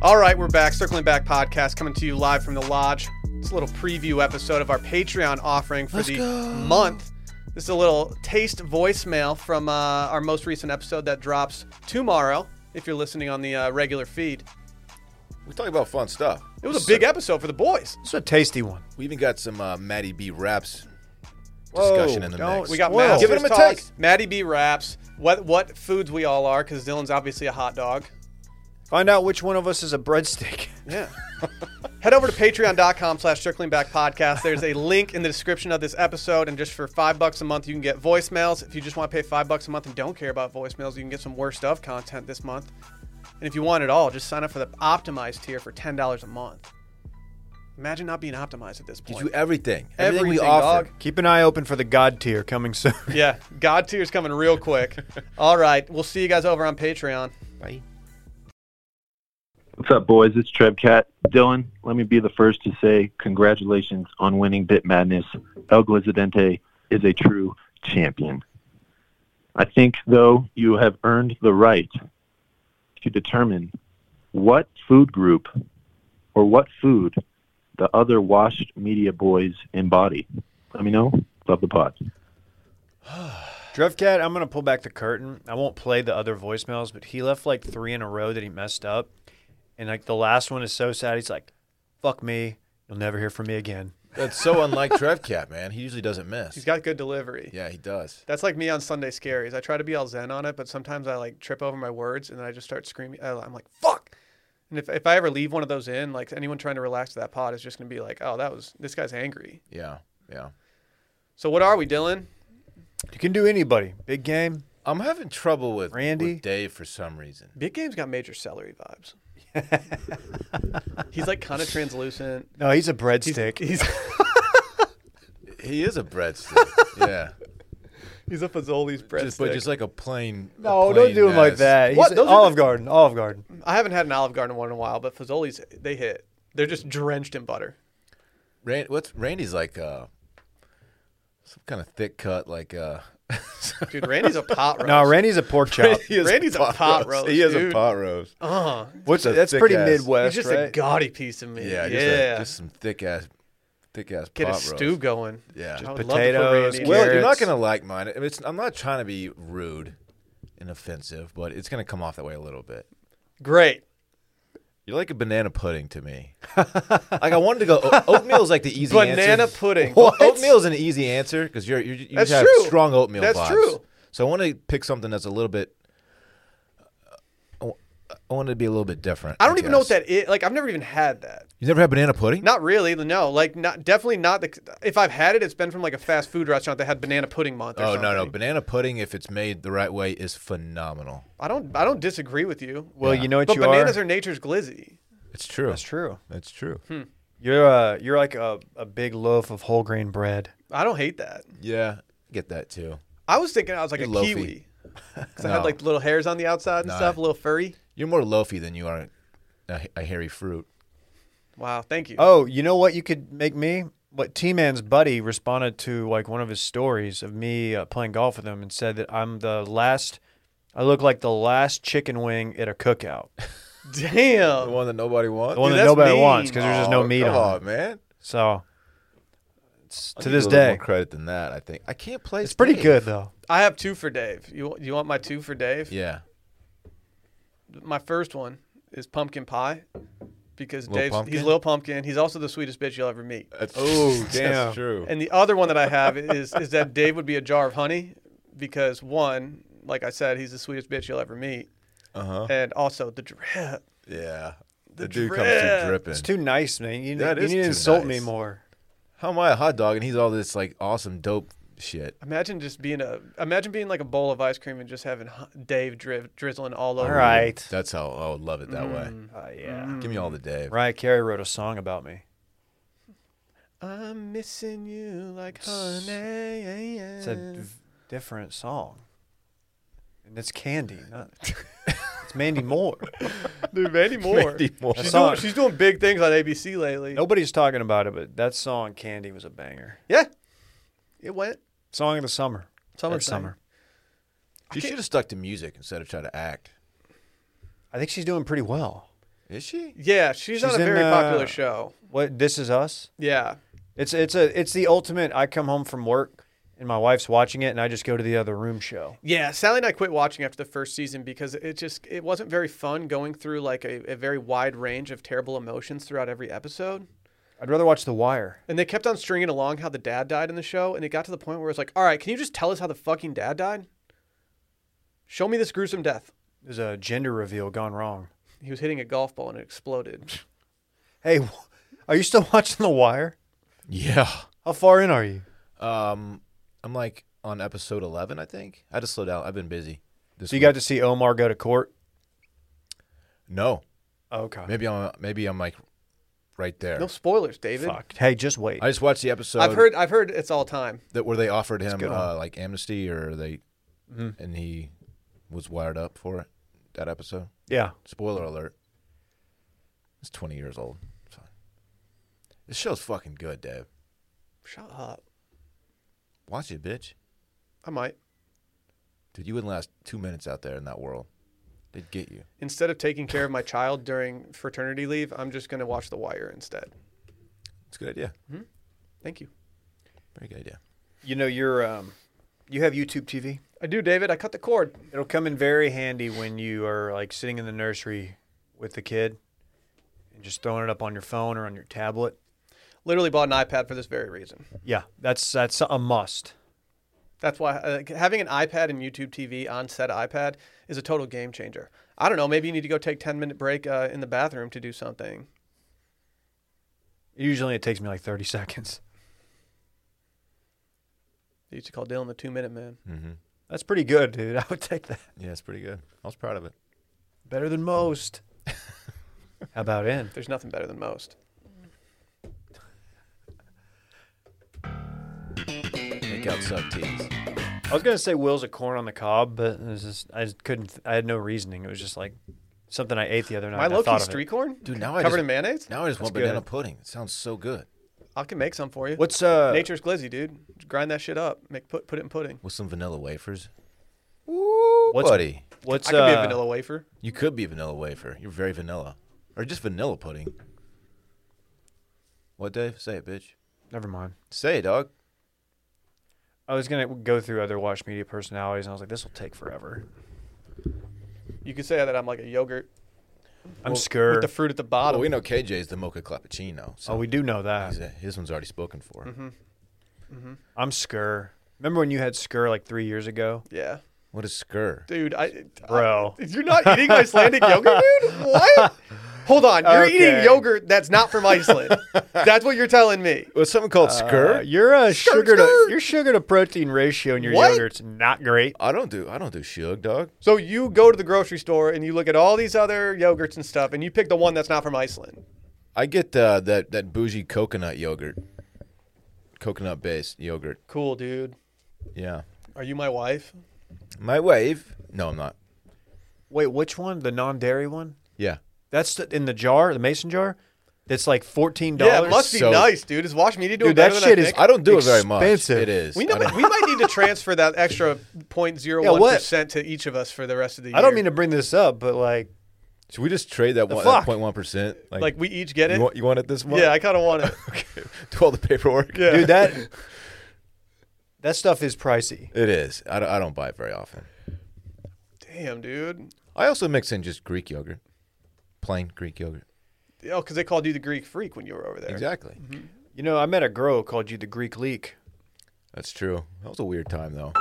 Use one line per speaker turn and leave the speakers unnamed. All right, we're back. Circling Back podcast coming to you live from the lodge. It's a little preview episode of our Patreon offering for the month. This is a little taste voicemail from uh, our most recent episode that drops tomorrow. If you're listening on the uh, regular feed,
We talk about fun stuff.
it was a big episode for the boys.
It's a tasty one.
We even got some uh, Maddie B raps discussion in the
don't-
mix.
We got
Well,
Masters
give him a
Talk,
taste.
Maddie B raps. What what foods we all are? Because Dylan's obviously a hot dog.
Find out which one of us is a breadstick.
Yeah. Head over to patreon.com slash circling back podcast. There's a link in the description of this episode. And just for five bucks a month, you can get voicemails. If you just want to pay five bucks a month and don't care about voicemails, you can get some worst of content this month. And if you want it all, just sign up for the optimized tier for $10 a month. Imagine not being optimized at this point.
Did you everything? Everything, we
Everything,
offer.
dog.
Keep an eye open for the God tier coming soon.
yeah. God tier's coming real quick. all right. We'll see you guys over on Patreon.
What's up, boys? It's Trev Cat. Dylan, let me be the first to say congratulations on winning Bit Madness. El Glizidente is a true champion. I think, though, you have earned the right to determine what food group or what food the other washed media boys embody. Let me know. Love the pod.
Drevcat, I'm gonna pull back the curtain. I won't play the other voicemails, but he left like three in a row that he messed up, and like the last one is so sad. He's like, "Fuck me, you'll never hear from me again."
That's so unlike Trev Cat, man. He usually doesn't miss.
He's got good delivery.
yeah, he does.
That's like me on Sunday Scaries. I try to be all zen on it, but sometimes I like trip over my words and then I just start screaming. I- I'm like, fuck. And if, if I ever leave one of those in, like anyone trying to relax to that pod is just going to be like, oh, that was, this guy's angry.
Yeah, yeah.
So what are we, Dylan?
You can do anybody. Big game.
I'm having trouble with
Randy?
with Dave for some reason.
Big Game's got major celery vibes. he's like kind of translucent.
No, he's a breadstick.
He's,
He is a breadstick. yeah,
he's a Fazoli's breadstick.
just, but just like a plain. a
no, don't
plain
do him like
ass-
that. He's
What? Those are the-
Olive Garden. Olive Garden.
I haven't had an Olive Garden one in a while, but Fazoli's, they hit. They're just drenched in butter.
Ran- what's Randy's like? Uh, some kind of thick cut, like uh,
Dude, Randy's a pot roast.
No, Randy's a pork chop.
He is
Randy's a pot roast,
He is
dude.
a pot roast.
Uh,
What's
a
that's
thick
pretty
ass.
Midwest,
he's just a
right?
gaudy piece of meat.
Yeah,
Yeah,
just, a, just some thick ass, thick ass
Get
pot
a stew
roast.
going.
Yeah. Just
I would love to put
potatoes,
Randy in
carrots.
Well, you're not
carrots.
gonna like mine. I mean, it's, I'm not trying to be rude and offensive, but it's gonna come off that way a little bit.
Great.
You're like a banana pudding to me. like I wanted to go. o- Oatmeal's like the easy
Banana
answer.
pudding.
What? Oatmeal's an easy answer because you're, you're you
That's
have
true.
strong oatmeal.
That's
vibes.
true.
So I want to pick something that's a little bit. I wa- I want it to be a little bit different.
I don't even know what
guess.
that is. Like, I've never even had that.
You never had banana pudding?
Not really. No, like, not definitely not. The, if I've had it, it's been from like a fast food restaurant that had banana pudding month. Or
Oh no no!
something.
Banana pudding, if it's made the right way, is phenomenal.
I don't. I don't disagree with you.
Well, you know what
but
you
bananas
are.
are nature's glizzy.
It's true.
That's true.
That's true.
Hmm.
You're uh, you're like a, a big loaf of whole grain bread.
I don't hate that.
Yeah, I get that too.
I was thinking I was like
You're
a
loafy.
kiwi because I
No.
had like little hairs on the outside and
Nah.
stuff, a little furry.
You're more loafy than you are a, a hairy fruit.
Wow, thank you.
Oh, you know what? You could make me. What T Man's buddy responded to like one of his stories of me uh, playing golf with him and said that I'm the last. I look like the last chicken wing at a cookout.
Damn.
The one that nobody wants.
The one
Dude,
that
that's
nobody
mean.
wants because there's just no
Oh,
meat
come
on. it.
on, man.
So it's,
I'll
to
give
this
you a little
day,
more credit than that. I think I can't play.
it's pretty
Dave.
good though.
I have two for Dave. You you want my two for Dave?
Yeah,
my first one is pumpkin pie because
Lil
Dave's he's
Pumpkin?
Lil Pumpkin. He's also the sweetest bitch you'll ever meet.
that's,
Oh,
that's
damn.
true.
And the other one that I have is is that Dave would be a jar of honey because one, like I said, he's the sweetest bitch you'll ever meet,
Uh huh.
and also the drip.
Yeah, the,
The
dude comes
drip.
through dripping.
It's too nice, man. You,
That
you
is
need to
too
insult me
nice.
more.
How am I a hot dog and he's all this like awesome dope shit?
Imagine just being a imagine being like a bowl of ice cream and just having hu- Dave driv- drizzling all over.
All
you.
right.
That's how I would love it that way.
Uh, yeah.
Give me all the Dave.
Ryan Carey wrote a song about me.
I'm missing you like honey.
It's a d- different song. And it's Candy, not. it's Mandy Moore.
dude, Mandy Moore.
Mandy Moore.
She's,
Song.
doing, she's doing big things on ABC lately.
Nobody's talking about it, but that song Candy was a banger.
Yeah, it went.
Song of the summer.
Summer
That
thing.
summer.
You should have stuck to music instead of try to act.
I think she's doing pretty well.
Is she?
Yeah, she's, on
She's
a
in,
very popular
uh,
show.
What This Is Us?
Yeah.
It's it's a it's the ultimate. I come home from work and my wife's watching it, and I just go to the other room show.
Yeah, Sally and I quit watching after the first season because it just it wasn't very fun going through like a, a very wide range of terrible emotions throughout every episode.
I'd rather watch The Wire.
And they kept on stringing along how the dad died in the show, and it got to the point where it's like, all right, can you just tell us how the fucking dad died? Show me this gruesome death.
There's a gender reveal gone wrong.
He was hitting a golf ball and it exploded.
Hey, wh- are you still watching The Wire?
Yeah.
How far in are you?
Um, I'm like on episode 11, I think. I just slowed down. I've been busy. This
So you
week.
got to see Omar go to court.
no.
Okay.
Maybe I'm maybe I'm like right there.
No spoilers, David.
Fuck. Hey, just wait.
I just watched the episode
I've heard I've heard it's all time.
that where they offered him
good one.
uh, like amnesty or they
Mm-hmm.
and he was wired up for it. That episode.
yeah.
Spoiler alert. It's 20 years old. It's fine. This show's fucking good, Dave.
Shut up.
Watch it, bitch.
I might.
Dude, you wouldn't last two minutes out there in that world. They'd get you.
Instead of taking care of my child during fraternity leave, I'm just gonna watch The Wire instead.
It's a good idea.
Thank you.
Very good idea.
You know you're um, you have YouTube TV.
I do, David. I cut the cord.
It'll come in very handy when you are like sitting in the nursery with the kid and just throwing it up on your phone or on your tablet.
Literally bought an iPad for this very reason.
Yeah, that's that's a must.
That's why uh, having an iPad and YouTube TV on said iPad is a total game changer. I don't know. Maybe you need to go take ten minute break uh, in the bathroom to do something.
Usually it takes me like 30 seconds.
They used to call Dylan the two minute man.
Hmm. That's pretty good, dude. I would take that.
Yeah, it's pretty good. I was proud of it.
Better than most. How about in?
There's nothing better than most.
Make out sub tees.
I was gonna say Will's a corn on the cob, but it was just I just couldn't. I had no reasoning. It was just like something I ate the other night.
My
and I
low
thought
key
of it.
street corn,
Dude, now I
covered
just,
in mayonnaise.
now I just want
That's
banana
good.
pudding. It sounds so good.
I can make some for you.
What's uh?
Nature's glizzy, dude. Just grind that shit up. Make put put it in pudding.
With some vanilla wafers. Ooh,
What's-
buddy.
What's
I could be a
uh,
vanilla wafer.
You could be a vanilla wafer. You're very vanilla. Or just vanilla pudding. What, Dave? Say it, bitch.
Never mind.
Say it, dog.
I was gonna go through other Watch Media personalities, and I was like, this will take forever.
You could say that I'm like a yogurt
I'm scared.
with the fruit at the bottom.
Well, we know KJ's the mocha cappuccino. So
oh, we do know that.
he's a- his one's already spoken for.
I'm Skur. Remember when you had Skur like three years ago,
yeah,
What a skur.
dude. I,
Uh, bro?
I you're not eating Icelandic yogurt, dude. What? Hold on, you're eating
Okay.
yogurt that's not from Iceland. that's what you're telling me.
Well, something called
Uh,
skur.
your uh, sugar to
skur.
your sugar to protein ratio in your
What?
yogurt's not great.
I don't do I don't do shug, dog.
So you go to the grocery store and you look at all these other yogurts and stuff, and you pick the one that's not from Iceland.
I get uh, that that bougie coconut yogurt, coconut based yogurt.
Cool, dude.
Yeah,
Are you my wife?
my wave. No, I'm not.
Wait, which one? The non-dairy one?
Yeah,
That's the, in the jar, the mason jar. That's like fourteen
Yeah,
dollars.
it must be
So-
nice, dude. Is Wash Media doing
Dude, that
better than
shit
I
is
think?
I don't do it very much.
Expensive.
It is.
We,
I
know,
don't-
we might need to transfer that extra 0.01% to each of us for the rest of the year.
I don't mean to bring this up, but like,
should we just trade that one
fuck?
point one percent?
Like, we each get it?
you want you want it this month?
yeah, I kind of want it.
do all the paperwork.
Yeah.
dude, that that stuff is pricey.
it is. I don't, I don't buy it very often.
Damn, dude.
I also mix in just Greek yogurt, plain Greek yogurt.
Oh, because they called you the Greek freak when you were over there.
Exactly.
Mm-hmm.
You know, I met a girl who called you the Greek leak.
That's true. That was a weird time though.